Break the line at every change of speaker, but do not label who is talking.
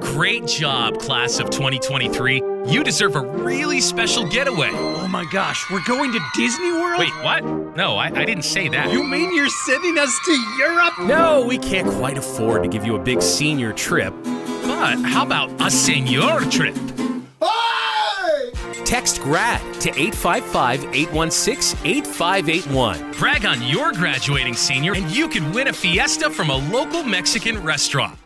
Great job, class of 2023. You deserve a really special getaway.
Oh my gosh, we're going to Disney World?
Wait, what? No, I, I didn't say that.
You mean you're sending us to Europe?
No, we can't quite afford to give you a big senior trip.
But how about a senior trip?
Text GRAD to 855 816 8581.
Brag on your graduating senior, and you could win a fiesta from a local Mexican restaurant.